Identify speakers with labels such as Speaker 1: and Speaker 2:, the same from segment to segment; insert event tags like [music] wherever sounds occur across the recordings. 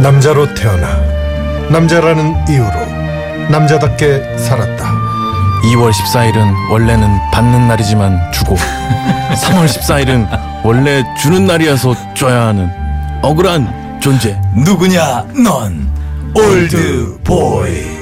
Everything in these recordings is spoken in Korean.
Speaker 1: 남자로 태어나 남자라는 이유로 남자답게 살았다.
Speaker 2: 2월 14일은 원래는 받는 날이지만 [laughs] 주고 3월 14일은 원래 주는 날이어서 줘야 하는 억울한 존재
Speaker 3: 누구냐 넌 올드 보이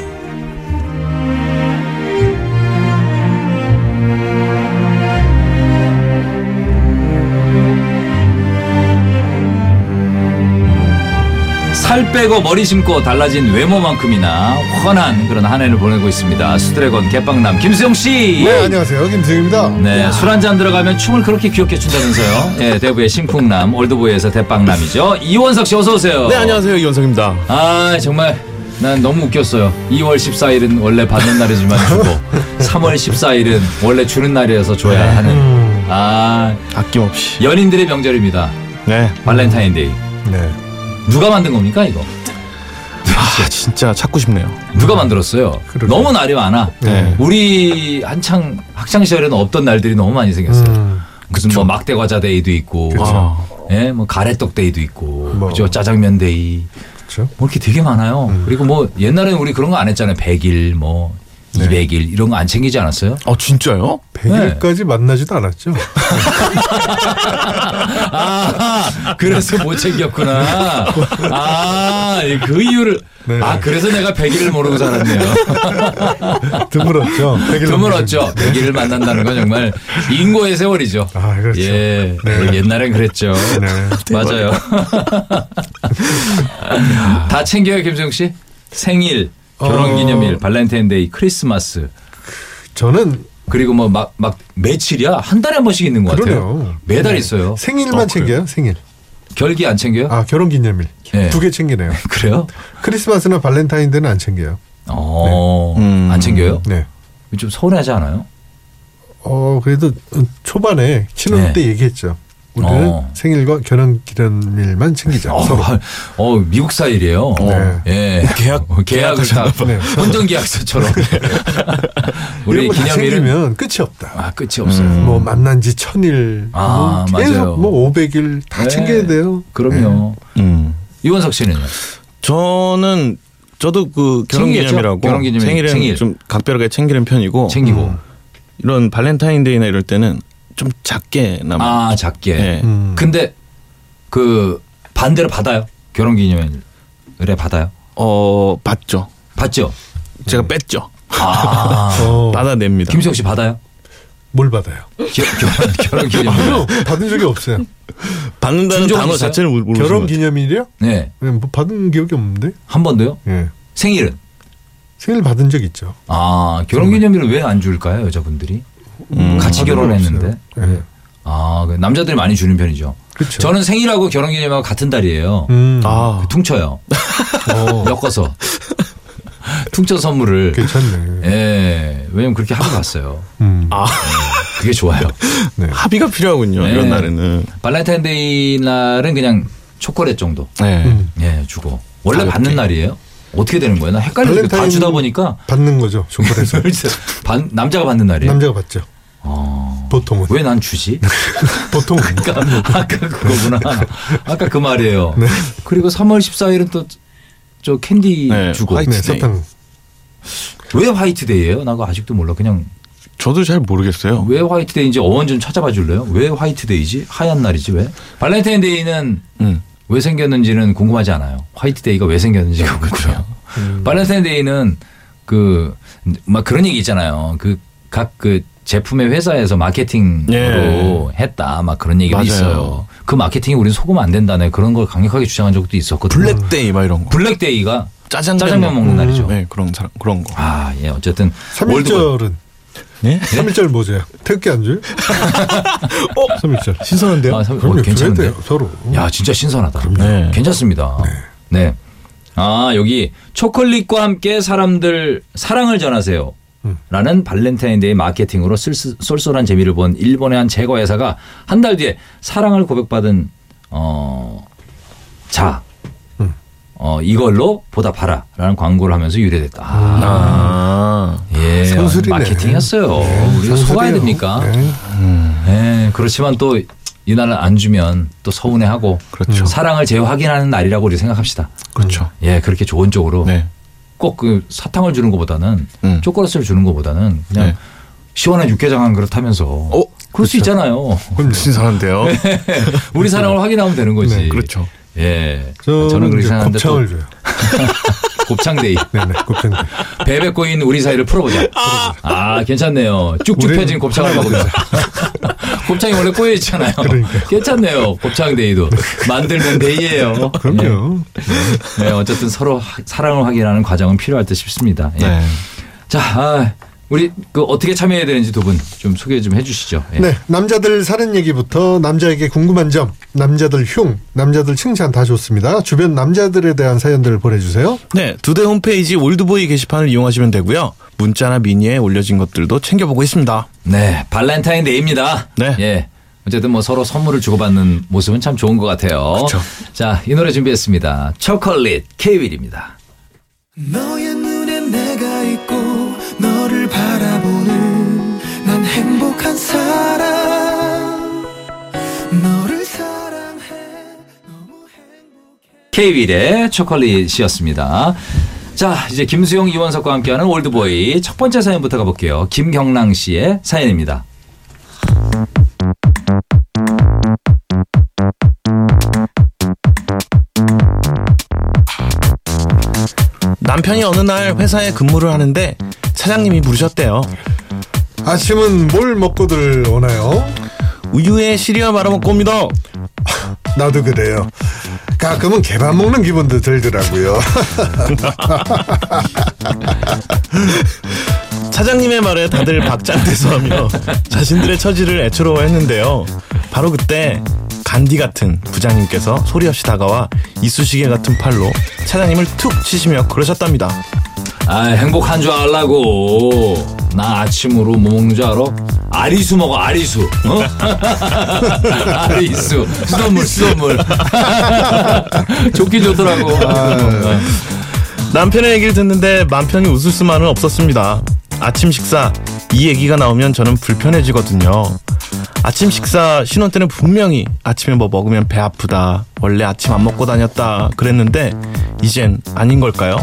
Speaker 3: 살 빼고 머리 심고 달라진 외모만큼이나 훤한 그런 한 해를 보내고 있습니다. 수드래곤 개빵남 김수영 씨.
Speaker 1: 네 안녕하세요 김승입니다.
Speaker 3: 예. 네, 술 한 잔 들어가면 춤을 그렇게 귀엽게 춘다면서요. 예, 대구의 심쿵남, 올드보이에서 대빵남이죠. 이원석 씨 어서 오세요.
Speaker 2: 네 안녕하세요 이원성입니다
Speaker 3: 아, 정말 난 너무 웃겼어요. 2월 14일은 원래 받는 날이지만 주고
Speaker 1: [laughs]
Speaker 3: 3월 14일은 원래 주는 날이어서
Speaker 1: 네.
Speaker 3: 줘야
Speaker 1: 음.
Speaker 3: 하는 아,
Speaker 2: 아낌없이
Speaker 3: 연인들의 명절입니다.
Speaker 2: 네
Speaker 3: 발렌타인데이.
Speaker 1: 네.
Speaker 3: 누가 만든 겁니까, 이거?
Speaker 2: 아, 진짜 찾고 싶네요
Speaker 3: 누가 만들었어요?
Speaker 1: 그러게요.
Speaker 3: 너무 날이 많아.
Speaker 2: 네.
Speaker 3: 우리 한창 학창 시절에는 없던 날들이 너무 많이 생겼어요.
Speaker 1: 음.
Speaker 3: 무슨 뭐 막대 과자 데이도 있고,
Speaker 2: 아,
Speaker 3: 예, 뭐 가래떡 데이도 있고,
Speaker 1: 뭐.
Speaker 3: 그죠 짜장면 데이,
Speaker 1: 그렇죠.
Speaker 3: 뭐 이렇게 되게 많아요.
Speaker 1: 음.
Speaker 3: 그리고 뭐 옛날에는 우리 그런 거 안 했잖아요. 100일, 뭐
Speaker 1: 네.
Speaker 3: 200일 이런 거 안 챙기지 않았어요?
Speaker 2: 어 진짜요?
Speaker 1: 100일까지 만나지도 않았죠. [laughs]
Speaker 3: 아, 그래서
Speaker 1: [laughs]
Speaker 3: 못 챙겼구나. 아, 그 이유를.
Speaker 1: 네.
Speaker 3: 아, 그래서 내가 100일을 모르고 살았네요.
Speaker 1: 드물었죠. 100일
Speaker 3: 드물었죠. 100일을 만난다는 건 정말 인고의 세월이죠.
Speaker 1: 아, 그렇죠.
Speaker 3: 예.
Speaker 1: 네.
Speaker 3: 옛날엔 그랬죠.
Speaker 1: 네.
Speaker 3: [laughs] 맞아요.
Speaker 1: [laughs]
Speaker 3: 다 챙겨요, 김수영 씨? 생일, 결혼 기념일,
Speaker 1: 어.
Speaker 3: 발렌타인데이, 크리스마스.
Speaker 1: 저는
Speaker 3: 그리고 뭐 막 막 며칠이야? 한 달에 한 번씩 있는 것
Speaker 1: 그러네요.
Speaker 3: 같아요. 매달 있어요.
Speaker 1: 생일만 챙겨요. 생일.
Speaker 3: 결기 안 챙겨요?
Speaker 1: 아 결혼 기념일
Speaker 3: 네.
Speaker 1: 두 개 챙기네요.
Speaker 3: 그래요?
Speaker 1: 크리스마스나 발렌타인데이는 안 챙겨요.
Speaker 3: 어,
Speaker 2: 음.
Speaker 3: 안 챙겨요?
Speaker 1: 네.
Speaker 3: 좀 서운하지 않아요?
Speaker 1: 어 그래도 초반에 신혼
Speaker 3: 네.
Speaker 1: 때 얘기했죠. 우리는
Speaker 3: 어.
Speaker 1: 생일과 결혼 기념일만 챙기자.
Speaker 3: 어,
Speaker 1: 네. 서로.
Speaker 3: 어 미국 사일이에요.
Speaker 1: 네.
Speaker 3: 예. 계약 계약을 다
Speaker 1: 네.
Speaker 3: 혼전 계약서처럼. [laughs] 우리
Speaker 1: 이런 거다
Speaker 3: 기념일은
Speaker 1: 챙기면 끝이 없다.
Speaker 3: 아 끝이 없어요.
Speaker 1: 뭐 만난 지 천일,
Speaker 3: 아,
Speaker 1: 뭐 계속
Speaker 3: 맞아요.
Speaker 1: 뭐 500일 다
Speaker 3: 네.
Speaker 1: 챙겨야 돼요.
Speaker 3: 그럼요.
Speaker 1: 네.
Speaker 2: 음
Speaker 3: 이원석 씨는요?
Speaker 2: 저는 저도 그
Speaker 3: 챙기겠죠?
Speaker 2: 결혼기념이라고
Speaker 3: 결혼기념일,
Speaker 2: 생일은
Speaker 3: 생일.
Speaker 2: 좀 각별하게 챙기는 편이고
Speaker 3: 챙기고
Speaker 1: 음.
Speaker 2: 이런 발렌타인데이나 이럴 때는 좀 작게 남아 요
Speaker 3: 아 작게.
Speaker 2: 음. 네.
Speaker 1: 음.
Speaker 3: 근데 그 반대로 받아요. 결혼 기념일에 받아요.
Speaker 2: 어 받죠
Speaker 3: 받죠.
Speaker 2: 제가 뺐죠
Speaker 3: 아.
Speaker 1: 어,
Speaker 2: 받아냅니다
Speaker 3: 김수혁 씨 받아요? 아,
Speaker 1: 뭘 받아요?
Speaker 3: 겨- 결혼 결혼 기념일.
Speaker 1: 받은 적이
Speaker 3: [laughs]
Speaker 1: 없어요.
Speaker 2: 받는다는
Speaker 3: 준적은
Speaker 2: 단어
Speaker 3: 있어요?
Speaker 2: 자체를 모르- 모르는
Speaker 1: 결혼
Speaker 2: 거죠.
Speaker 1: 기념일이요?
Speaker 3: 네.
Speaker 1: 네, 뭐 받은 기억이 없는데.
Speaker 3: 한 번도요?
Speaker 1: 예.
Speaker 3: 생일은?
Speaker 1: 생일 받은 적 있죠.
Speaker 3: 아, 결혼 기념일은 왜 안 줄까요, 여자분들이? 음. 같이
Speaker 1: 받은 적
Speaker 3: 결혼했는데.
Speaker 1: 없어요. 예.
Speaker 3: 아, 그 남자들이 많이 주는 편이죠.
Speaker 1: 그렇죠.
Speaker 3: 저는 생일하고 결혼 기념일하고 같은 달이에요.
Speaker 1: 음.
Speaker 2: 아
Speaker 3: 퉁쳐요. [laughs] 엮어서. 퉁쳐 선물을.
Speaker 1: 괜찮네.
Speaker 3: 예. 왜냐면 그렇게 하고 갔어요.
Speaker 1: 음.
Speaker 3: 그게 좋아요.
Speaker 1: 네.
Speaker 2: 합의가 필요하군요.
Speaker 3: 네.
Speaker 2: 이런 날에는.
Speaker 3: 발렌타인데이 날은 그냥 초콜릿 정도.
Speaker 2: 네.
Speaker 1: 음.
Speaker 3: 예, 주고. 원래 받는 날이에요? 어떻게 되는 거예요? 나 헷갈리고 다
Speaker 1: 발렌타인-
Speaker 3: 주다 보니까
Speaker 1: 받는 거죠.
Speaker 3: [laughs]
Speaker 1: 조건에서
Speaker 3: 반- 남자가 받는 날이에요.
Speaker 1: 남자가 받죠. 보통은
Speaker 3: 어. 왜 난 주지? [laughs] 그러니까
Speaker 1: 보통은
Speaker 3: 아까, 아까 그거구나.
Speaker 1: 네.
Speaker 3: 아까 그 말이에요. 그리고 3월 14일은 또 저 캔디
Speaker 2: 네,
Speaker 3: 주고
Speaker 2: 화이트.
Speaker 1: 네, 사탕
Speaker 3: 왜 화이트데이예요? 나 그거 아직도 몰라. 그냥
Speaker 2: 저도 잘 모르겠어요.
Speaker 3: 왜 화이트데이인지 어원 좀 찾아봐 줄래요? 왜 화이트데이지? 하얀 날이지 왜? 발렌타인데이는
Speaker 2: 음.
Speaker 3: 왜 생겼는지는 궁금하지 않아요. 화이트데이가 왜 생겼는지가 궁금해요.
Speaker 2: 음.
Speaker 3: 발렌타인데이는 그 막 그런 얘기 있잖아요. 그 각 그 제품의 회사에서 마케팅으로 했다 막 그런 얘기가
Speaker 2: 예. 맞아요.
Speaker 3: 있어요. 그 마케팅이 우린 속으면 안 된다네 그런 걸 강력하게 주장한 적도 있었거든요.
Speaker 2: 블랙데이 음. 막 이런 거.
Speaker 3: 블랙데이가
Speaker 2: 짜장면,
Speaker 3: 짜장면 먹는 날이죠.
Speaker 2: 네, 그런 사람 그런 거.
Speaker 3: 아, 예, 어쨌든 월드컵.
Speaker 1: 3일절은
Speaker 2: 네?
Speaker 1: 삼일절 모자야. 특기 안 줘요? [laughs] 어? 3일절.
Speaker 2: 신선한데요?
Speaker 3: 아, 삼-
Speaker 1: 그럼요.
Speaker 3: 어, 괜찮은데.
Speaker 1: 괜찮은데요. 서로.
Speaker 3: 야, 진짜 신선하다.
Speaker 2: 네.
Speaker 3: 괜찮습니다. 네. 아, 여기 초콜릿과 함께 사람들 사랑을 전하세요.
Speaker 1: 음.
Speaker 3: 라는 발렌타인데이 마케팅으로 쓸 쏠쏠한 재미를 본 일본의 한 제과 회사가 한 달 뒤에 사랑을 고백받은 어, 자,
Speaker 1: 음.
Speaker 3: 어, 이걸로 보답하라라는 광고를 하면서 유래됐다. 아,
Speaker 2: 아.
Speaker 3: 예,
Speaker 1: 선술이네.
Speaker 2: 음.
Speaker 3: 어, 마케팅이었어요. 우리가 속아야 됩니까?
Speaker 1: 네.
Speaker 3: 예, 그렇지만 또 이 날을 안 주면 또 서운해하고
Speaker 2: 그렇죠.
Speaker 3: 사랑을 재확인하는 날이라고 우리 생각합시다.
Speaker 2: 그렇죠.
Speaker 3: 예, 그렇게 좋은 쪽으로
Speaker 2: 네.
Speaker 3: 꼭 그 사탕을 주는 것보다는
Speaker 2: 음.
Speaker 3: 초콜릿을 주는 것보다는 그냥
Speaker 2: 네.
Speaker 3: 시원한 육개장 한 그릇 하면서 그럴 수 있잖아요.
Speaker 1: 그럼요.
Speaker 2: 신선한데요.
Speaker 3: 우리 사랑을 확인하면 되는 거지.
Speaker 1: 네,
Speaker 2: 네. 그렇죠.
Speaker 3: 예.
Speaker 1: 저는,
Speaker 3: 저는 그렇게
Speaker 1: 이제
Speaker 3: 생각하는데
Speaker 1: 곱창을 줘요.
Speaker 3: 또 곱창데이.
Speaker 1: 네네, 곱창.
Speaker 3: 베베꼬인 우리 사이를 풀어보자. 아, 괜찮네요. 쭉쭉
Speaker 1: 우리는
Speaker 3: 펴진 곱창을 먹으면서. [laughs] 곱창이 원래 꼬여 있잖아요.
Speaker 1: 그러니까요.
Speaker 3: 괜찮네요. 곱창 데이도 만들면 데이예요.
Speaker 1: [laughs] 그럼요.
Speaker 3: 네, 어쨌든 서로 하- 사랑을 확인하는 과정은 필요할 듯 싶습니다. 예.
Speaker 2: 네.
Speaker 3: 자, 아, 우리 그 어떻게 참여해야 되는지 두 분 좀 소개 좀 해주시죠. 예.
Speaker 1: 네, 남자들 사는 얘기부터 남자에게 궁금한 점, 남자들 흉, 남자들 칭찬 다 좋습니다. 주변 남자들에 대한 사연들을 보내주세요.
Speaker 2: 네, 두대 홈페이지 올드보이 게시판을 이용하시면 되고요. 문자나 미니에 올려진 것들도 챙겨보고 있습니다.
Speaker 3: 네, 발렌타인데이입니다.
Speaker 2: 네.
Speaker 3: 예. 어쨌든 뭐 서로 선물을 주고받는 모습은 참 좋은 것 같아요.
Speaker 2: 그쵸.
Speaker 3: 자, 이 노래 준비했습니다. 초콜릿 케이윌입니다.
Speaker 4: 너의 눈에 내가 있고 너를 바라보는 난 행복한 사람 너를 사랑해 너무 행복해
Speaker 3: 케이윌의 초콜릿이었습니다. 자, 이제 김수용, 이원석과 함께하는 올드보이 첫 번째 사연부터 가볼게요. 김경랑 씨의 사연입니다.
Speaker 2: 남편이 어느 날 회사에 근무를 하는데 사장님이 부르셨대요.
Speaker 1: 아침은 뭘 먹고들 오나요?
Speaker 2: 우유에 시리얼 말아먹고 옵니다.
Speaker 1: 나도 그래요. 가끔은 개밥 먹는 기분도 들더라고요. [laughs]
Speaker 2: 사장님의 말에 다들 박장대소하며 자신들의 처지를 애처로워했는데요. 바로 그때 간디 같은 부장님께서 소리 없이 다가와 이쑤시개 같은 팔로 사장님을 툭 치시며 그러셨답니다.
Speaker 3: 아, 행복한 줄 알라고. 나 아침으로 뭐 먹는 줄 알아? 아리수 먹어, 아리수. 어? [laughs] 아리수. 수돗물, 수돗물. [laughs] 좋긴 좋더라고.
Speaker 2: 남편의 얘기를 듣는데 마 편히 웃을 수만은 없었습니다. 아침 식사 이 얘기가 나오면 저는 불편해지거든요. 아침 식사 신혼 때는 분명히 아침에 뭐 먹으면 배 아프다. 원래 아침 안 먹고 다녔다. 그랬는데 이젠 아닌 걸까요?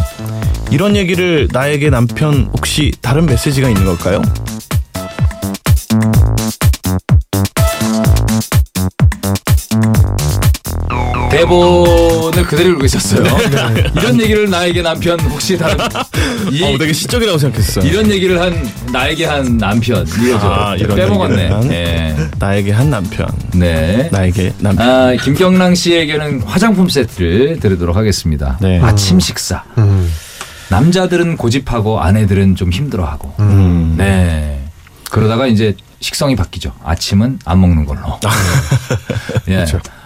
Speaker 2: 이런 얘기를 나에게 남편 혹시 다른 메시지가 있는 걸까요?
Speaker 3: 대본을 그대로 읽고 있었어요. 이런 얘기를 나에게 남편 혹시 다른 이,
Speaker 2: 어, 되게 시적이라고 생각했어요.
Speaker 3: 예. 이런 얘기를 한 나에게 한 남편 이거죠.
Speaker 2: 아, 이런
Speaker 3: 빼먹었네.
Speaker 2: 얘기를 한?
Speaker 3: 네.
Speaker 2: 나에게 한 남편.
Speaker 3: 네.
Speaker 2: 나에게 남편.
Speaker 3: 아, 김경랑 씨에게는 화장품 세트를 드리도록 하겠습니다.
Speaker 2: 네.
Speaker 3: 아침 식사.
Speaker 1: 음,
Speaker 3: 남자들은 고집하고 아내들은 좀 힘들어하고.
Speaker 2: 음.
Speaker 3: 네. 그러다가 이제 식성이 바뀌죠. 아침은 안 먹는 걸로. [laughs] 예.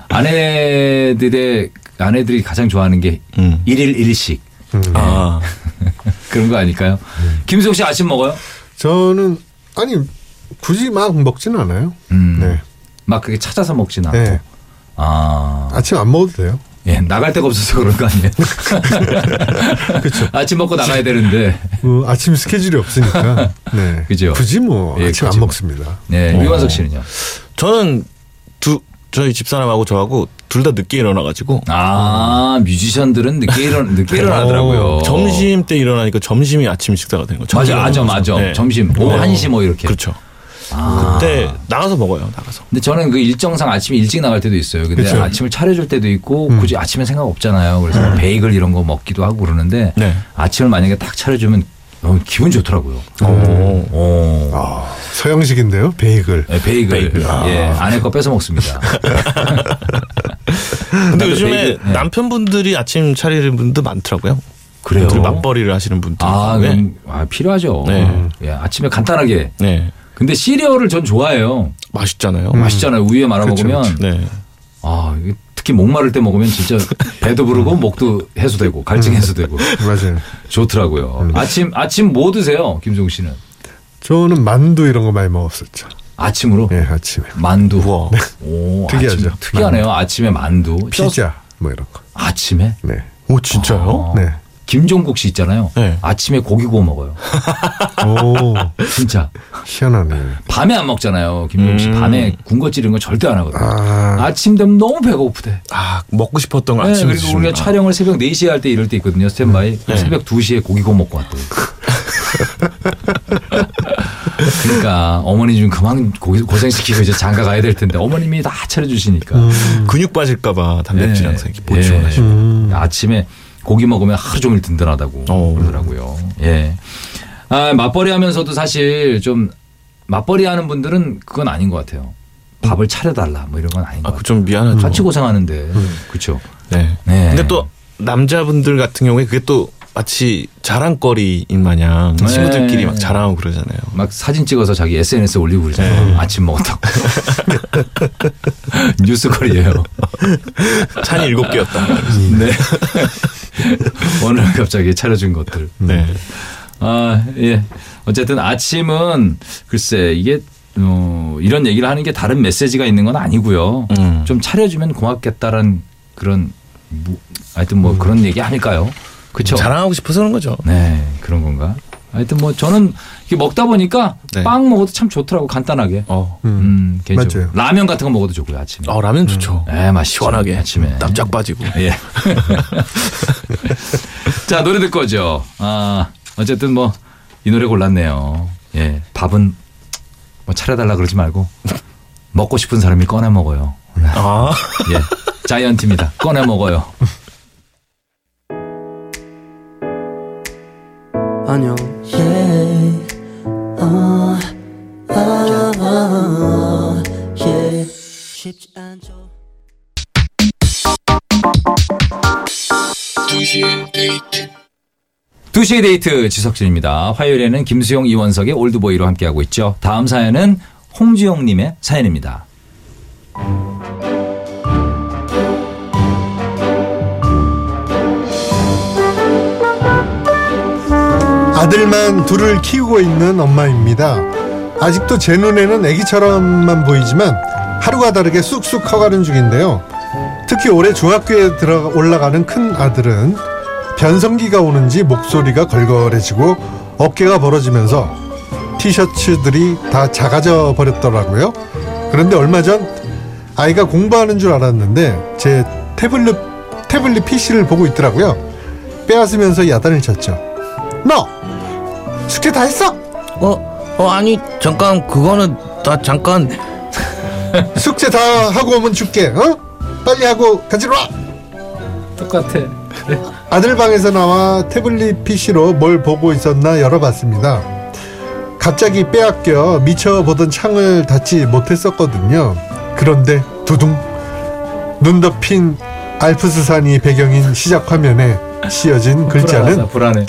Speaker 3: 아내들의 아내들이 가장 좋아하는 게
Speaker 2: 음.
Speaker 3: 일일 일식
Speaker 1: 음.
Speaker 2: 아.
Speaker 3: 그런 거 아닐까요?
Speaker 2: 음.
Speaker 3: 김수혁 씨 아침 먹어요?
Speaker 1: 저는 아니 굳이 막 먹지는 않아요.
Speaker 3: 음.
Speaker 1: 네,
Speaker 3: 막 그게 찾아서 뭐. 먹진 않고.
Speaker 1: 네.
Speaker 3: 아.
Speaker 1: 아침 안 먹어도 돼요.
Speaker 3: 예, 나갈 데가 없어서 그런 거 [laughs] 아니에요?
Speaker 1: 그쵸.
Speaker 3: 아침 먹고 나가야 되는데.
Speaker 1: 뭐 아침 스케줄이
Speaker 3: [laughs]
Speaker 1: 없으니까. 네,
Speaker 3: 그죠.
Speaker 1: 굳이 뭐
Speaker 3: 예,
Speaker 1: 아침
Speaker 3: 굳이
Speaker 1: 안
Speaker 3: 뭐.
Speaker 1: 먹습니다.
Speaker 3: 네,
Speaker 2: 어.
Speaker 3: 유관석 씨는요?
Speaker 2: 저는 두 저희 집사람하고 저하고 둘 다 늦게 일어나가지고
Speaker 3: 아, 뮤지션들은 늦게 일어 늦게 일어나더라고요.
Speaker 2: 점심 때 일어나니까 점심이 아침 식사가 된 거죠.
Speaker 3: 맞아, 맞아, 맞아.
Speaker 2: 네.
Speaker 3: 점심 오후
Speaker 2: 네.
Speaker 3: 1시 뭐 이렇게.
Speaker 2: 그렇죠.
Speaker 3: 아.
Speaker 2: 그때 나가서 먹어요. 나가서.
Speaker 3: 근데 저는 그 일정상 아침에 일찍 나갈 때도 있어요. 근데
Speaker 1: 그쵸.
Speaker 3: 아침을 차려줄 때도 있고 굳이 아침에 생각 없잖아요. 그래서 뭐 베이글 이런 거 먹기도 하고 그러는데
Speaker 2: 네.
Speaker 3: 아침을 만약에 딱 차려주면 너무 기분 좋더라고요.
Speaker 2: 오.
Speaker 3: 오.
Speaker 1: 아, 서양식인데요, 베이글.
Speaker 3: 네, 베이글. 예, 아내 거 뺏어 [laughs] 먹습니다.
Speaker 2: 근데
Speaker 3: 나도
Speaker 2: 요즘에
Speaker 3: 베이글, 네.
Speaker 2: 남편분들이 아침 차리는 분도 많더라고요.
Speaker 3: 그래요?
Speaker 2: 둘이 맞벌이를 하시는 분들.
Speaker 3: 아,
Speaker 2: 네.
Speaker 3: 그럼, 아, 필요하죠.
Speaker 2: 네.
Speaker 3: 예, 아침에 간단하게.
Speaker 2: 네.
Speaker 3: 근데 시리얼을 전 좋아해요.
Speaker 2: 맛있잖아요.
Speaker 1: 음.
Speaker 3: 맛있잖아요. 우유에 말아 먹으면.
Speaker 2: 네.
Speaker 3: 아, 이게 특히 목마를 때 먹으면 진짜 배도
Speaker 1: 음.
Speaker 3: 부르고 목도 해소되고 갈증 해소되고
Speaker 1: 맞아요.
Speaker 3: 좋더라고요.
Speaker 1: 음.
Speaker 3: 아침 아침 뭐 드세요? 김종 씨는?
Speaker 1: 저는 만두 이런 거 많이 먹었었죠.
Speaker 3: 아침으로
Speaker 1: 예, 아침에
Speaker 3: 만두.
Speaker 2: 우와.
Speaker 3: 오,
Speaker 1: 특이하죠.
Speaker 3: 아침, 특이하네요. 아침에 만두. 쪄서
Speaker 1: 피자 뭐 이런 거.
Speaker 3: 아침에?
Speaker 1: 네,
Speaker 2: 오 진짜요?
Speaker 1: 네.
Speaker 3: 김종국 씨 있잖아요.
Speaker 2: 네.
Speaker 3: 아침에 고기 구워 먹어요.
Speaker 1: 오,
Speaker 3: 진짜.
Speaker 1: 희한하네.
Speaker 3: 밤에 안 먹잖아요. 김종국 씨
Speaker 2: 음.
Speaker 3: 밤에 군것질 이런 거 절대 안 하거든요.
Speaker 1: 아,
Speaker 3: 아침 되면 너무 배고프대.
Speaker 2: 아 먹고 싶었던 걸
Speaker 3: 네,
Speaker 2: 아침에
Speaker 3: 그리고 우리가
Speaker 2: 드시는구나.
Speaker 3: 촬영을 새벽 4시에 할 때 이럴 때 있거든요. 스탠바이.
Speaker 2: 네.
Speaker 3: 새벽 2시에 고기 구워 먹고
Speaker 2: [laughs]
Speaker 3: 왔대요. 그러니까 어머니 좀 그만 고기 고생시키고 이제 장가 가야 될 텐데 어머님이 다 차려주시니까
Speaker 2: 근육 빠질까봐 단백질
Speaker 3: 예.
Speaker 2: 음, 네, 그렇죠. 항상 이렇게 보충을
Speaker 3: 예.
Speaker 2: 하시고
Speaker 1: 음.
Speaker 3: 아침에 고기 먹으면 하루 종일 든든하다고
Speaker 2: 어.
Speaker 3: 그러더라고요. 예. 아, 맞벌이 하면서도 사실 좀 맞벌이 하는 분들은 그건 아닌 것 같아요. 밥을 차려달라 뭐 이런 건 아닌 것 같아요.
Speaker 2: 아그좀 음. 미안하죠.
Speaker 3: 같이 고생하는데 그렇죠.
Speaker 2: 네.
Speaker 3: 네.
Speaker 2: 근데 또 남자분들 같은 경우에 그게 또 마치 자랑거리인 마냥
Speaker 3: 네.
Speaker 2: 친구들끼리 막 자랑하고 그러잖아요.
Speaker 3: 막 사진 찍어서 자기 SNS에 올리고 그러잖아요. 아침 먹었다고. 뉴스거리예요.
Speaker 2: 찬이 일곱 개였다.
Speaker 3: [laughs] 네. 오늘 갑자기 차려준 것들.
Speaker 2: 네.
Speaker 3: 아, 예. 어쨌든 아침은 글쎄 이게 어, 이런 얘기를 하는 게 다른 메시지가 있는 건 아니고요.
Speaker 2: 음.
Speaker 3: 좀 차려주면 고맙겠다라는 그런 뭐, 하여튼 뭐 그런 얘기 아닐까요? 그렇죠.
Speaker 2: 자랑하고 싶어서 그런 거죠.
Speaker 3: 네, 그런 건가? 하여튼 뭐 저는 이게 먹다 보니까
Speaker 2: 네.
Speaker 3: 빵 먹어도 참 좋더라고 간단하게.
Speaker 2: 어.
Speaker 1: 음.
Speaker 3: 음, 개인적으로.
Speaker 1: 맞아요.
Speaker 3: 라면 같은 거 먹어도 좋고요 아침에.
Speaker 2: 어 라면 좋죠.
Speaker 3: 예, 맛있죠.
Speaker 2: 시원하게
Speaker 3: 아침에.
Speaker 2: 납작 빠지고.
Speaker 3: 예. [laughs] 자, 노래 듣고 오죠. 아, 어쨌든 뭐, 이 노래 골랐네요. 예. 밥은 뭐 차려달라 그러지 말고, 먹고 싶은 사람이 꺼내 먹어요.
Speaker 2: 아.
Speaker 3: 예. 자이언티입니다. 꺼내 먹어요.
Speaker 5: 안녕.
Speaker 6: 아,
Speaker 5: 쉽지 않죠.
Speaker 3: 두시의 데이트 지석진입니다. 화요일에는 김수용, 이원석의 올드보이로 함께하고 있죠. 다음 사연은 홍지영님의 사연입니다.
Speaker 1: 아들만 둘을 키우고 있는 엄마입니다. 아직도 제 눈에는 아기처럼만 보이지만 하루가 다르게 쑥쑥 커가는 중인데요. 특히 올해 중학교에 들어 올라가는 큰 아들은 변성기가 오는지 목소리가 걸걸해지고 어깨가 벌어지면서 티셔츠들이 다 작아져 버렸더라고요. 그런데 얼마 전 아이가 공부하는 줄 알았는데 제 태블릿 태블릿 PC를 보고 있더라고요. 빼앗으면서 야단을 쳤죠. 너 숙제 다 했어?
Speaker 6: 어, 어 아니 잠깐 그거는 나 잠깐
Speaker 1: 숙제 다 하고 오면 줄게. 어? 빨리 하고 가지러 와.
Speaker 3: 똑같아.
Speaker 1: 아들 방에서 나와 태블릿 PC로 뭘 보고 있었나 열어봤습니다. 갑자기 빼앗겨 미처 보던 창을 닫지 못했었거든요. 그런데 두둥 눈 덮인 알프스 산이 배경인 시작 화면에 씌어진 글자는
Speaker 3: 불안하다, 불안해.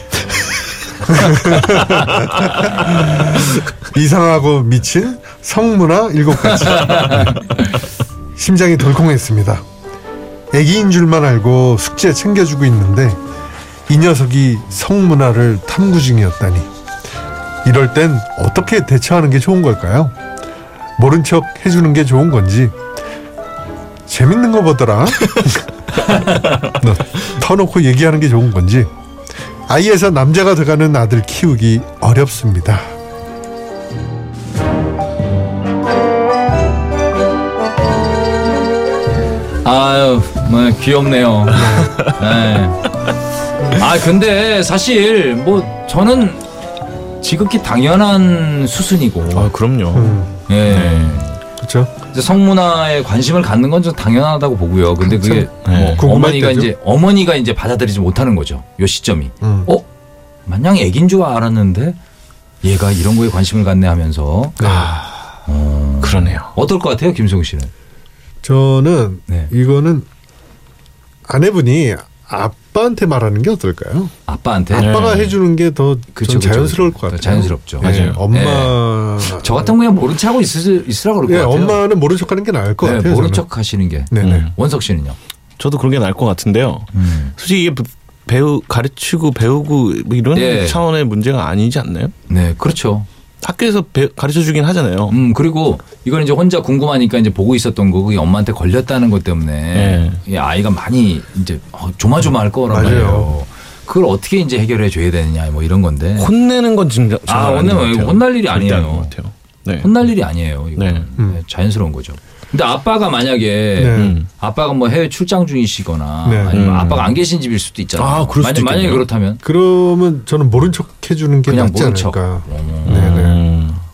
Speaker 1: 이상하고 미친 성문화 일곱 가지. 심장이 덜컹했습니다. 애기인 줄만 알고 숙제 챙겨주고 있는데 이 녀석이 성문화를 탐구 중이었다니. 이럴 땐 어떻게 대처하는 게 좋은 걸까요? 모른 척 해주는 게 좋은 건지. 재밌는 거 보더라. 너 터놓고 얘기하는 게 좋은 건지. 아이에서 남자가 돼가는 아들 키우기 어렵습니다.
Speaker 3: 아유, 뭐 귀엽네요. 네. 아 근데 사실 뭐 저는 지극히 당연한 수순이고,
Speaker 2: 아 그럼요.
Speaker 3: 예,
Speaker 1: 그렇죠.
Speaker 3: 이제 성문화에 관심을 갖는 건 좀 당연하다고 보고요. 근데 그게
Speaker 2: 네.
Speaker 3: 뭐
Speaker 1: 궁금할
Speaker 3: 어머니가
Speaker 1: 때죠.
Speaker 3: 이제 어머니가 이제 받아들이지 못하는 거죠. 요 시점이.
Speaker 1: 음.
Speaker 3: 어, 마냥 애긴 줄 알았는데 얘가 이런 거에 관심을 갖네 하면서
Speaker 2: 아 그러네요.
Speaker 3: 어떨 것 같아요, 김성 씨는?
Speaker 1: 저는
Speaker 3: 네.
Speaker 1: 이거는 아내분이 아빠한테 말하는 게 어떨까요?
Speaker 3: 아빠한테
Speaker 1: 아빠가 해주는 게 더
Speaker 3: 네. 그쵸, 그쵸,
Speaker 1: 자연스러울
Speaker 3: 그쵸.
Speaker 1: 것 같아요.
Speaker 3: 자연스럽죠.
Speaker 1: 예,
Speaker 3: 맞아요. 네.
Speaker 1: 엄마.
Speaker 3: 저 같은 경우는 모른 척하고 있으, 있으라 그럴 것
Speaker 1: 예,
Speaker 3: 같아요.
Speaker 1: 엄마는 모른 척하는 게 나을 것
Speaker 3: 네,
Speaker 1: 같아요.
Speaker 3: 모른
Speaker 1: 저는.
Speaker 3: 척 하시는 게.
Speaker 1: 네네.
Speaker 2: 음.
Speaker 3: 원석 씨는요?
Speaker 2: 저도 그런 게 나을 것 같은데요.
Speaker 1: 음.
Speaker 2: 솔직히 이게 배우 가르치고 배우고 뭐 이런
Speaker 3: 예.
Speaker 2: 차원의 문제가 아니지 않나요?
Speaker 3: 네, 그렇죠.
Speaker 2: 학교에서 배, 가르쳐 주긴 하잖아요.
Speaker 3: 음, 그리고 이걸 이제 혼자 궁금하니까 이제 보고 있었던 거, 그게 엄마한테 네. 걸렸다는 것 때문에 이 아이가 많이 이제 어, 조마조마할 거란
Speaker 1: 맞아요.
Speaker 3: 말이에요. 그걸 어떻게 이제 해결해 줘야 되느냐 뭐 이런 건데
Speaker 2: 혼내는 건 진짜
Speaker 3: 아,
Speaker 2: 아닌
Speaker 3: 혼내면
Speaker 2: 것 같아요.
Speaker 3: 혼날 일이
Speaker 2: 절대 아닌
Speaker 3: 아니에요.
Speaker 2: 것 같아요. 네.
Speaker 3: 혼날 일이 아니에요. 이거
Speaker 2: 네.
Speaker 3: 자연스러운 거죠. 근데 아빠가 만약에
Speaker 1: 음. 네.
Speaker 2: 음.
Speaker 3: 아빠가 뭐 해외 출장 중이시거나
Speaker 1: 네.
Speaker 3: 아니면
Speaker 2: 음.
Speaker 3: 아빠가 안 계신 집일 수도 있잖아요.
Speaker 2: 아, 그럴 수도
Speaker 3: 만약, 만약에
Speaker 2: 있겠네요.
Speaker 3: 그렇다면
Speaker 1: 그러면 저는 모른 척 해주는 게
Speaker 3: 그냥
Speaker 1: 낫지
Speaker 3: 모른 척.
Speaker 1: 않을까.
Speaker 3: 음. 아.
Speaker 1: 네네.
Speaker 2: 음.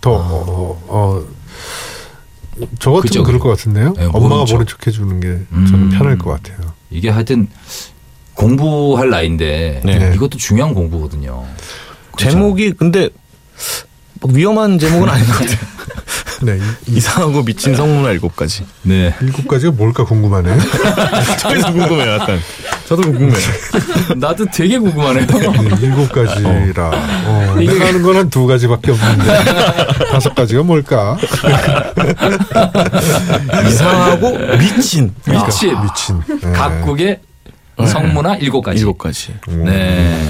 Speaker 1: 더 어, 어, 저
Speaker 3: 그죠,
Speaker 1: 같으면 그럴
Speaker 3: 그죠.
Speaker 1: 것 같은데요.
Speaker 3: 네, 모른
Speaker 1: 엄마가
Speaker 3: 척.
Speaker 1: 모른 척 해주는 게
Speaker 3: 음.
Speaker 1: 저는 편할 것 같아요.
Speaker 3: 이게 하여튼 공부할 나이인데
Speaker 2: 네.
Speaker 3: 이것도 중요한 공부거든요. 그렇죠?
Speaker 2: 제목이 근데 막 위험한 제목은 아닌 것 같아요.
Speaker 1: 네,
Speaker 2: [laughs] 이상하고 미친 성문화 일곱 가지.
Speaker 3: 네. [laughs]
Speaker 1: 일곱 가지가 뭘까 궁금하네요.
Speaker 2: [laughs] 저희도 궁금해요, 약간. 저도 궁금해요.
Speaker 3: 나도 되게 궁금하네요.
Speaker 2: 그러니까.
Speaker 1: 네, 일곱 가지라. 어,
Speaker 3: 이게-
Speaker 1: 내가 하는 건 한 두 가지밖에
Speaker 3: [laughs]
Speaker 1: 없는데 다섯 가지가 뭘까?
Speaker 2: [laughs] 이상하고 미친.
Speaker 3: 미친
Speaker 1: 그러니까. 미친. 네.
Speaker 3: 각국의 성문화 일곱 가지.
Speaker 2: 네. 일곱 가지.
Speaker 1: 음.
Speaker 2: 음.
Speaker 3: 네.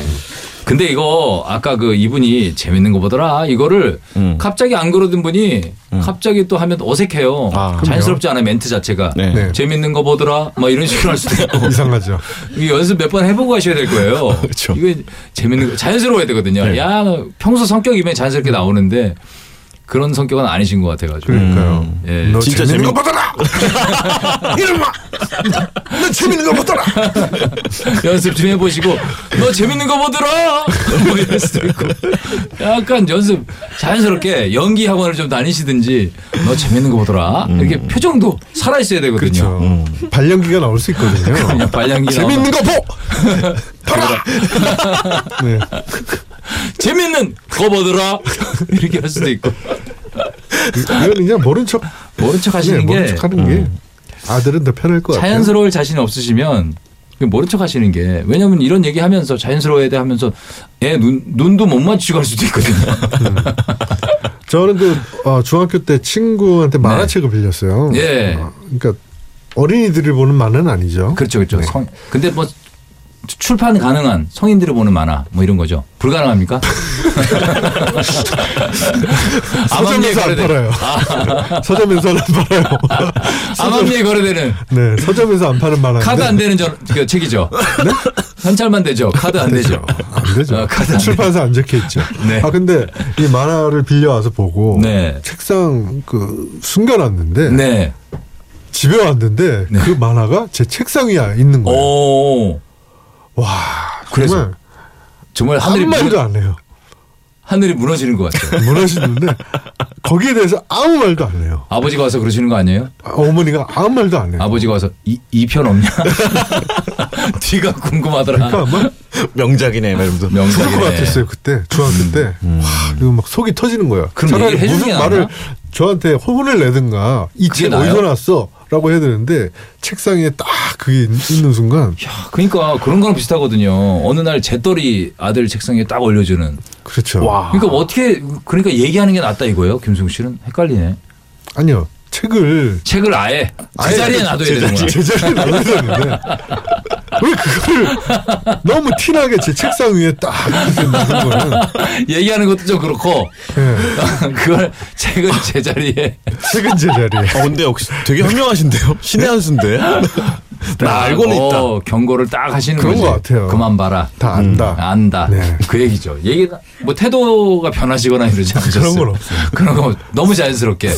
Speaker 3: 근데 이거 아까 그 이분이 재밌는 거 보더라. 이거를
Speaker 2: 음.
Speaker 3: 갑자기 안 그러던 분이 갑자기 또 하면 어색해요.
Speaker 2: 아, 그럼요.
Speaker 3: 자연스럽지 않아요 멘트 자체가.
Speaker 2: 네.
Speaker 1: 네.
Speaker 3: 재밌는 거 보더라. 막 이런 식으로 할 수도 있고.
Speaker 1: 이상하죠.
Speaker 3: 이 연습 몇 번 해보고 하셔야 될
Speaker 1: [laughs]
Speaker 3: 거예요.
Speaker 2: 그렇죠.
Speaker 3: 이거 재밌는 거 자연스러워야 되거든요.
Speaker 2: 네.
Speaker 3: 야, 너 평소 성격이면 자연스럽게 나오는데 그런 성격은 아니신 것 같아가지고.
Speaker 1: 그러니까요.
Speaker 2: 음.
Speaker 3: 예.
Speaker 1: 너
Speaker 2: 진짜
Speaker 1: 재밌는
Speaker 2: 재밌-
Speaker 1: 거 보더라. [laughs] 이놈아, 너 재밌는 거 보더라. 그
Speaker 3: 연습 좀 해보시고 너 재밌는 거 보더라 [laughs] 뭐 이럴 수도 있고 약간 연습 자연스럽게 연기 학원을 좀 다니시든지 너 재밌는 거 보더라 이렇게 표정도 살아 있어야 되거든요.
Speaker 1: 음. 그렇죠. 발령기가 나올 수 있거든요.
Speaker 3: 음. 그냥 발량기 나오면
Speaker 1: 재밌는 거
Speaker 3: [laughs]
Speaker 1: 보. 봐라. 네.
Speaker 3: 재밌는 거 보더라 이렇게 할 수도 있고
Speaker 1: 이건 그냥 모른 척.
Speaker 3: 모른 척 하시는
Speaker 1: 네, 모른
Speaker 3: 게 음.
Speaker 1: 척 하는 게 아들은 더 편할 것 같아요.
Speaker 3: 자연스러울 자신이 없으시면 그냥 모른 척 하시는 게 왜냐면 이런 얘기 하면서 자연스러워야 돼 하면서 애 눈, 눈도 못 맞추고 할
Speaker 1: [laughs]
Speaker 3: 수도 있거든요.
Speaker 1: 저는 그 어, 중학교 때 친구한테 만화책을 빌렸어요.
Speaker 3: 네. 예.
Speaker 1: 어, 그러니까 어린이들이 보는 만화는 아니죠.
Speaker 3: 그렇죠, 그렇죠.
Speaker 1: 네.
Speaker 3: 성, 근데 뭐 출판 가능한 성인들이 보는 만화 뭐 이런 거죠.
Speaker 1: [laughs]
Speaker 3: 불가능합니까? 암암리에
Speaker 1: 서점에서 안
Speaker 3: 거래되는
Speaker 1: 팔아요. [laughs] 서점에서는 안
Speaker 3: [laughs]
Speaker 1: 팔아요.
Speaker 3: 암암리에 거래되는
Speaker 1: 네, 서점에서 안 파는 만화인데
Speaker 3: 카드 안 되는 저, 그 책이죠. 현찰만 되죠. 카드 안 되죠.
Speaker 1: 안 되죠.
Speaker 3: 어, 카드 안
Speaker 1: 출판사 안 적혀 있죠.
Speaker 3: 네.
Speaker 1: 아 근데 이 만화를 빌려 와서 보고
Speaker 3: 네.
Speaker 1: 책상 그 숨겨놨는데
Speaker 3: 네.
Speaker 1: 집에 왔는데
Speaker 3: 네.
Speaker 1: 그 만화가 제 책상 위에 있는 거예요.
Speaker 3: 오.
Speaker 1: 와
Speaker 3: 그래서
Speaker 1: 정말
Speaker 3: 정말 하늘이
Speaker 1: 한 말도
Speaker 3: 무너,
Speaker 1: 안 해요.
Speaker 3: 하늘이 무너지는 것 같아요.
Speaker 1: 무너지는데 거기에 대해서 아무 말도 안 해요.
Speaker 3: 아버지가 와서 그러시는 거 아니에요?
Speaker 1: 아, 어머니가 아무 말도 안 해요.
Speaker 3: 아버지가 와서 이, 이편 없냐? [laughs] 뒤가 궁금하더라.
Speaker 1: 그러니까 막
Speaker 2: 명작이네, 막 이러면서.
Speaker 1: 죽을
Speaker 3: 명작이네. 음,
Speaker 1: 것 같았어요 그때 중학교 때. 와 이거 막 속이 터지는 거예요.
Speaker 3: 그럼
Speaker 1: 차라리
Speaker 3: 얘기를 해주는
Speaker 1: 무슨
Speaker 3: 게
Speaker 1: 말을
Speaker 3: 낫나?
Speaker 1: 저한테 호분을 내든가 이
Speaker 3: 그게
Speaker 1: 책 어디서
Speaker 3: 나아요?
Speaker 1: 났어라고 해야 되는데 책상 위에 딱 그게 있- 있는 순간
Speaker 3: 야, 그러니까 그런 거랑 비슷하거든요. 어느 날 제떨이 아들 책상에 딱 올려주는.
Speaker 1: 그렇죠.
Speaker 2: 와.
Speaker 3: 그러니까 어떻게 그러니까 얘기하는 게 낫다 이거예요. 김승우 씨는 헷갈리네.
Speaker 1: 아니요 책을
Speaker 3: 책을 아예 그
Speaker 1: 아예
Speaker 3: 제자리에
Speaker 2: [laughs]
Speaker 3: 놔둬야 되는 거야.
Speaker 1: [laughs] 제자리에 놔둬야 되는데 왜 그거를 너무 티나게 제 책상 위에 딱 이렇게 놓는 거는
Speaker 3: [laughs] 얘기하는 것도 좀 그렇고
Speaker 1: 예,
Speaker 3: [laughs] 그걸 책을 제자리에
Speaker 1: 책은 제자리에.
Speaker 2: 어, 근데 역시 되게 현명하신데요? 신의 한 수인데?
Speaker 3: [laughs]
Speaker 2: 나 알고는 있다.
Speaker 3: 어, 경고를 딱 하시는
Speaker 1: 그런
Speaker 3: 거지.
Speaker 1: 것 같아요.
Speaker 3: 그만 봐라.
Speaker 1: 다 안다.
Speaker 3: 안다.
Speaker 1: 네.
Speaker 3: 그 얘기죠. 얘기 뭐 태도가 변하시거나 이러지 않으셨어요.
Speaker 1: 그런 건 없어요.
Speaker 3: [laughs] 그런 거 너무 자연스럽게.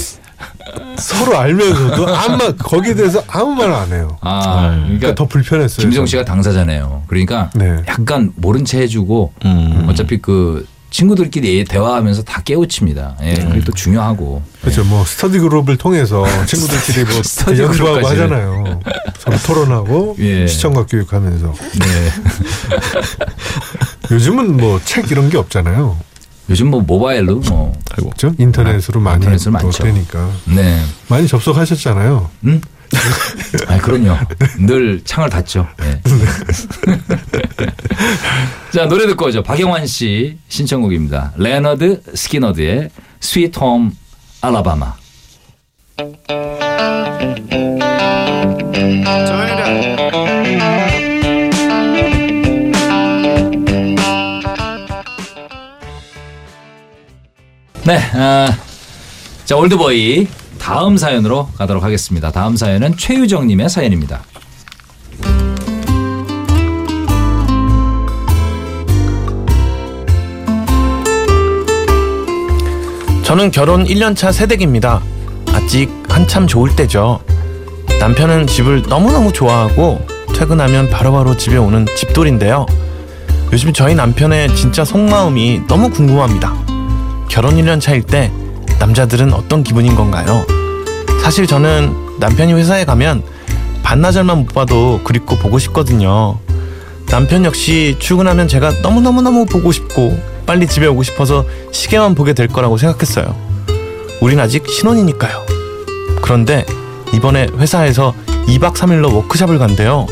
Speaker 1: 서로 알면서도 아무 말 거기에 대해서 아무 말 안 해요.
Speaker 3: 아,
Speaker 1: 그러니까 더 불편했어요.
Speaker 3: 김정 씨가 당사자네요. 그러니까
Speaker 1: 네.
Speaker 3: 약간 모른 채 해주고
Speaker 2: 음.
Speaker 3: 어차피 그 친구들끼리 대화하면서 다 깨우칩니다. 예, 그게 또 중요하고.
Speaker 1: 그렇죠. 뭐 스터디 그룹을
Speaker 3: [laughs]
Speaker 1: 통해서 친구들끼리 뭐
Speaker 3: 스터디
Speaker 1: 연구하고
Speaker 3: 그룹까지.
Speaker 1: 하잖아요. 서로 토론하고
Speaker 3: 예.
Speaker 1: 시청각 교육하면서
Speaker 3: 네.
Speaker 1: 요즘은 뭐 책 이런 게 없잖아요.
Speaker 3: 요즘 뭐 모바일로 뭐.
Speaker 1: 그렇죠? 인터넷으로 많이
Speaker 3: 인터넷으로
Speaker 1: 또
Speaker 3: 많죠.
Speaker 1: 되니까
Speaker 3: 네.
Speaker 1: 많이 접속하셨잖아요.
Speaker 3: 음? 아, 그럼요. 늘 창을 닫죠. 예. 자, 노래 듣고 오죠. 박영환 씨 신청곡입니다. 레너드 스키너드의 스윗 홈 알라바마. 네, 아, 자 올드보이 다음 사연으로 가도록 하겠습니다. 다음 사연은 최유정님의 사연입니다.
Speaker 2: 저는 결혼 1년차 새댁입니다. 아직 한참 좋을 때죠. 남편은 집을 너무너무 좋아하고 퇴근하면 바로바로 집에 오는 집돌인데요. 요즘 저희 남편의 진짜 속마음이 너무 궁금합니다. 결혼 1년 차일 때 남자들은 어떤 기분인 건가요? 사실 저는 남편이 회사에 가면 반나절만 못 봐도 그립고 보고 싶거든요. 남편 역시 출근하면 제가 너무너무너무 보고 싶고 빨리 집에 오고 싶어서 시계만 보게 될 거라고 생각했어요. 우린 아직 신혼이니까요. 그런데 이번에 회사에서 2박 3일로 워크샵을 간대요.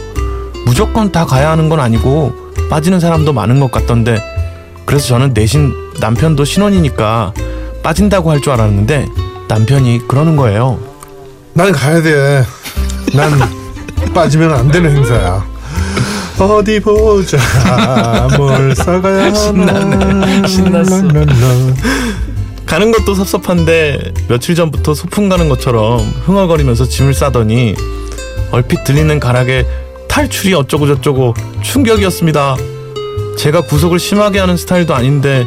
Speaker 2: 무조건 다 가야 하는 건 아니고 빠지는 사람도 많은 것 같던데 그래서 저는 내신 남편도 신혼이니까 빠진다고 할 줄 알았는데 남편이 그러는 거예요.
Speaker 1: 난 가야 돼. 난 빠지면 안 되는 행사야. 어디 보자. 뭘 사가야
Speaker 3: [laughs]
Speaker 1: 하나.
Speaker 3: 신나네. 신났어.
Speaker 1: 랄랄라.
Speaker 2: 가는 것도 섭섭한데 며칠 전부터 소풍 가는 것처럼 흥얼거리면서 짐을 싸더니 얼핏 들리는 가락에 탈출이 어쩌고 저쩌고 충격이었습니다. 제가 구속을 심하게 하는 스타일도 아닌데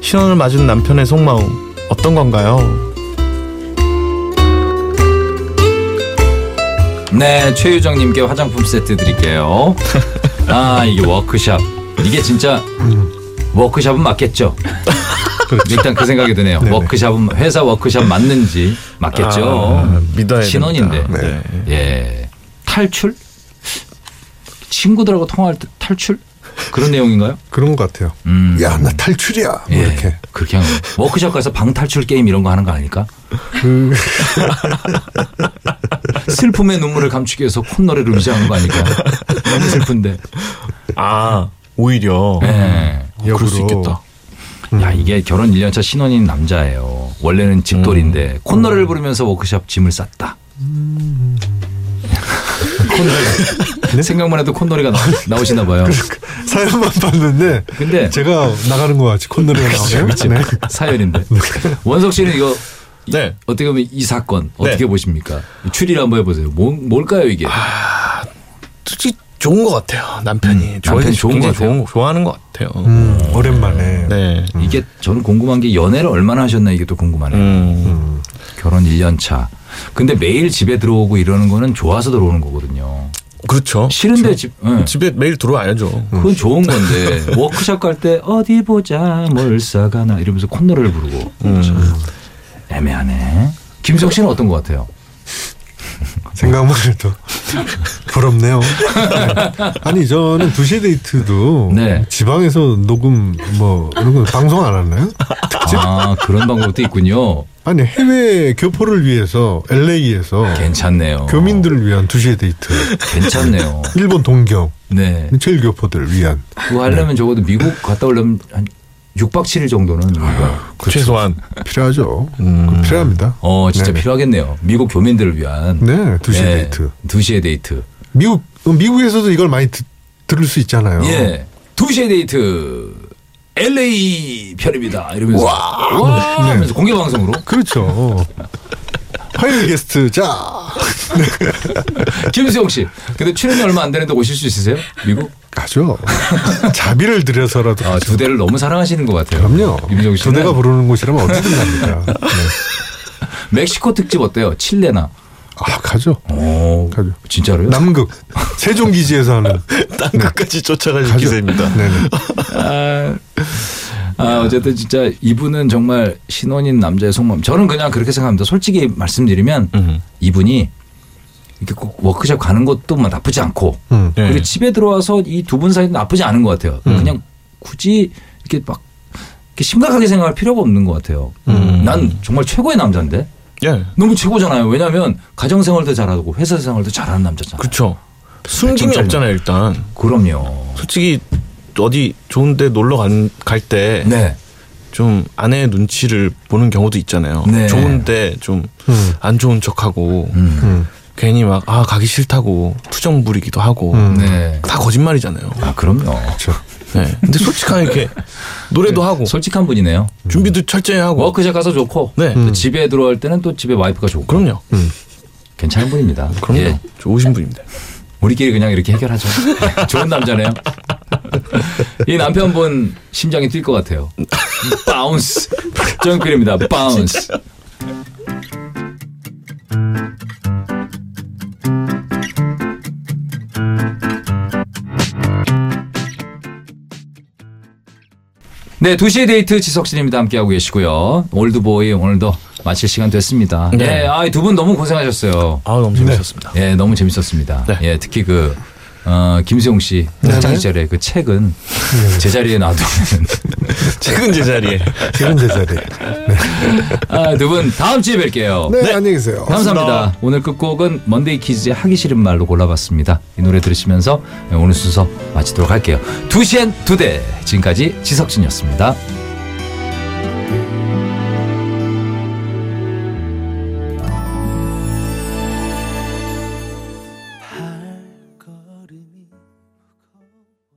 Speaker 2: 신혼을 맞은 남편의 속마음 어떤 건가요?
Speaker 3: 네, 최유정님께 화장품
Speaker 2: [laughs]
Speaker 3: 세트 드릴게요. 아, 이게 워크샵. 이게 진짜 워크샵은 맞겠죠.
Speaker 2: 그렇죠.
Speaker 3: 일단 그 생각이 드네요.
Speaker 1: 네네.
Speaker 3: 워크샵은 회사 워크샵 맞는지 맞겠죠.
Speaker 2: 아, 믿어야
Speaker 3: 신혼인데.
Speaker 2: 됩니다. 네.
Speaker 3: 예, 탈출? 친구들하고 통화할 때 탈출? 그런 내용인가요?
Speaker 1: 그런 것 같아요.
Speaker 3: 음.
Speaker 1: 야, 나 탈출이야. 뭐
Speaker 3: 예,
Speaker 1: 이렇게.
Speaker 3: 그렇게 하는 거예요. 워크숍 가서 방탈출 게임 이런 거 하는 거 아닐까?
Speaker 1: 그,
Speaker 3: [laughs] 슬픔의 눈물을 감추기 위해서 콧노래를 의지하는 거 아닐까? 너무 슬픈데.
Speaker 2: 아 오히려
Speaker 3: 예.
Speaker 1: 역으로.
Speaker 3: 야 이게 결혼 1년차 신혼인 남자예요. 원래는
Speaker 1: 음.
Speaker 3: 집돌인데 콧노래를 부르면서 워크숍 짐을 쌌다. 콧노래 [laughs] 생각만 해도 콧노래가 나, 나오시나 봐요.
Speaker 1: 그러니까. 사연만 봤는데
Speaker 3: 근데
Speaker 1: 제가 나가는 것 같이 콧노래가 나오네요. 네.
Speaker 3: 사연인데
Speaker 1: 그러니까.
Speaker 3: 원석 씨는 이거 이-
Speaker 2: 네.
Speaker 3: 어떻게 보면 이 사건 어떻게
Speaker 2: 네.
Speaker 3: 보십니까? 추리를 한번 해보세요. 뭐, 뭘까요 이게?
Speaker 2: 아, 솔직히 좋은 것 같아요. 남편이
Speaker 3: 음, 남편이
Speaker 2: 저희는
Speaker 3: 좋은
Speaker 2: 좋은 거
Speaker 3: 것 같아요.
Speaker 2: 좋은 좋아하는 것 같아요.
Speaker 1: 음, 오랜만에.
Speaker 2: 네.
Speaker 3: 이게 저는 궁금한 게 연애를 얼마나 하셨나 이게 또 궁금하네요.
Speaker 2: 음.
Speaker 3: 결혼 1년 차. 근데 매일 집에 들어오고 이러는 거는 좋아서 들어오는 거거든요.
Speaker 2: 그렇죠.
Speaker 3: 싫은데 집. 예.
Speaker 2: 집에 매일 들어와야죠.
Speaker 3: 그건 좋은 건데
Speaker 2: [laughs]
Speaker 3: 워크숍 갈 때 어디 보자 뭘 싸가나 이러면서 콧노래를 부르고
Speaker 2: 음.
Speaker 3: 참 애매하네. 김성 씨는 어떤
Speaker 2: [laughs]
Speaker 3: 것 같아요?
Speaker 1: 생각만 해도 부럽네요. 네. 아니 저는 두시 데이트도
Speaker 3: 네.
Speaker 1: 지방에서 녹음 뭐 이런 거 방송 안 하나요?
Speaker 3: 아 그런 방법도 있군요.
Speaker 1: 아니 해외 교포를 위해서 LA에서
Speaker 3: 괜찮네요.
Speaker 1: 교민들을 위한 두시 데이트
Speaker 3: 괜찮네요.
Speaker 1: 일본 동경
Speaker 3: 네.
Speaker 1: 제일 교포들을 위한
Speaker 3: 그거 하려면 적어도 미국 갔다 오려면 한 6박 7일 정도는 우리가
Speaker 2: 최소한
Speaker 1: 필요하죠. 그거 필요합니다.
Speaker 3: 음. 어 진짜
Speaker 1: 네네.
Speaker 3: 필요하겠네요. 미국 교민들을 위한 예.
Speaker 1: 네, 두시 데이트.
Speaker 3: 두시의 데이트.
Speaker 1: 미국 미국에서도 이걸 많이 듣- 들을 수 있잖아요.
Speaker 3: 예. 두시의 데이트. LA 편입니다. 이러면서 와, 네. 하면서 공개 방송으로
Speaker 1: 그렇죠. 화요일 게스트 자
Speaker 3: 김수영 씨. 근데 출연이 얼마 안 되는데 오실 수 있으세요? 미국?
Speaker 1: 가죠. 자비를 들여서라도
Speaker 3: 아, 두 대를 너무 사랑하시는 것 같아요.
Speaker 1: 그럼요.
Speaker 3: 김수영 씨는
Speaker 1: 두대가 부르는 곳이라면
Speaker 3: [laughs]
Speaker 1: 어디든 갑니다. 네.
Speaker 3: 멕시코 특집 어때요? 칠레나.
Speaker 1: 아 가죠.
Speaker 3: 오.
Speaker 1: 가죠.
Speaker 3: 진짜로요?
Speaker 1: 남극 세종기지에서 하는
Speaker 2: 땅끝까지 네. 쫓아가는
Speaker 1: 가죠.
Speaker 2: 기세입니다.
Speaker 1: 네네.
Speaker 3: 아, 아, 어쨌든 진짜 이분은 정말 신혼인 남자의 속마음. 저는 그냥 그렇게 생각합니다. 솔직히 말씀드리면 이분이 이렇게 꼭 워크숍 가는 것도 뭐 나쁘지 않고
Speaker 1: 음.
Speaker 2: 네.
Speaker 3: 그리고 집에 들어와서 이 두 분 사이도 나쁘지 않은 것 같아요. 그냥 굳이 이렇게 막 이렇게 심각하게 생각할 필요가 없는 것 같아요. 난 정말 최고의 남자인데
Speaker 2: 예.
Speaker 3: 너무 최고잖아요. 왜냐하면 가정 생활도 잘하고 회사 생활도 잘하는 남자잖아요.
Speaker 2: 그렇죠. 숨김이
Speaker 3: 점점-
Speaker 2: 없잖아요, 일단.
Speaker 3: 그, 럼요
Speaker 2: 솔직히 어디 좋은데 놀러 갈 때 좀
Speaker 3: 네.
Speaker 2: 아내의 눈치를 보는 경우도 있잖아요.
Speaker 3: 네.
Speaker 2: 좋은데 좀 안
Speaker 1: 음.
Speaker 2: 좋은 척하고
Speaker 3: 음.
Speaker 2: 괜히 막 아 가기 싫다고 투정 부리기도 하고
Speaker 1: 음.
Speaker 3: 네.
Speaker 2: 다 거짓말이잖아요.
Speaker 3: 아 그럼요.
Speaker 2: 네. 근데 솔직하게 [laughs] 이렇게 노래도 하고
Speaker 3: 솔직한 분이네요.
Speaker 2: 준비도 철저히 하고
Speaker 3: 워크숍 가서 좋고
Speaker 2: 어. 네.
Speaker 3: 또 집에 들어올 때는 또 집에 와이프가 좋고
Speaker 2: 그럼요.
Speaker 3: 괜찮은 분입니다.
Speaker 2: 음, 그럼요.
Speaker 3: 예.
Speaker 2: 좋으신 분입니다.
Speaker 3: 우리끼리 그냥 이렇게 해결하죠. [laughs] 좋은 남자네요. 이 남편분 심장이 뛸 것 같아요. 바운스. 정필입니다. 바운스. 네, 2시의 데이트 지석진입니다. 함께하고 계시고요. 올드보이 오늘도 마칠 시간 됐습니다. 네, 아, 두 분 너무 고생하셨어요.
Speaker 2: 아 너무 재밌었습니다.
Speaker 3: 예, 너무 재밌었습니다.
Speaker 2: 네.
Speaker 3: 예, 특히 그 어, 김수용 씨 학창 시절에 그 책은 제자리에 놔두는
Speaker 2: [laughs] 최근 제자리에.
Speaker 1: 지금 제자리.
Speaker 3: [laughs] 아, 두 분 다음 주에 뵐게요.
Speaker 1: 네, 안녕히 계세요.
Speaker 3: 감사합니다. 오늘 끝곡은 먼데이 키즈의 하기 싫은 말로 골라봤습니다. 이 노래 예, 들으시면서 오늘 순서 마치도록 할게요. 2시엔 2대. 지금까지 지석진이었습니다.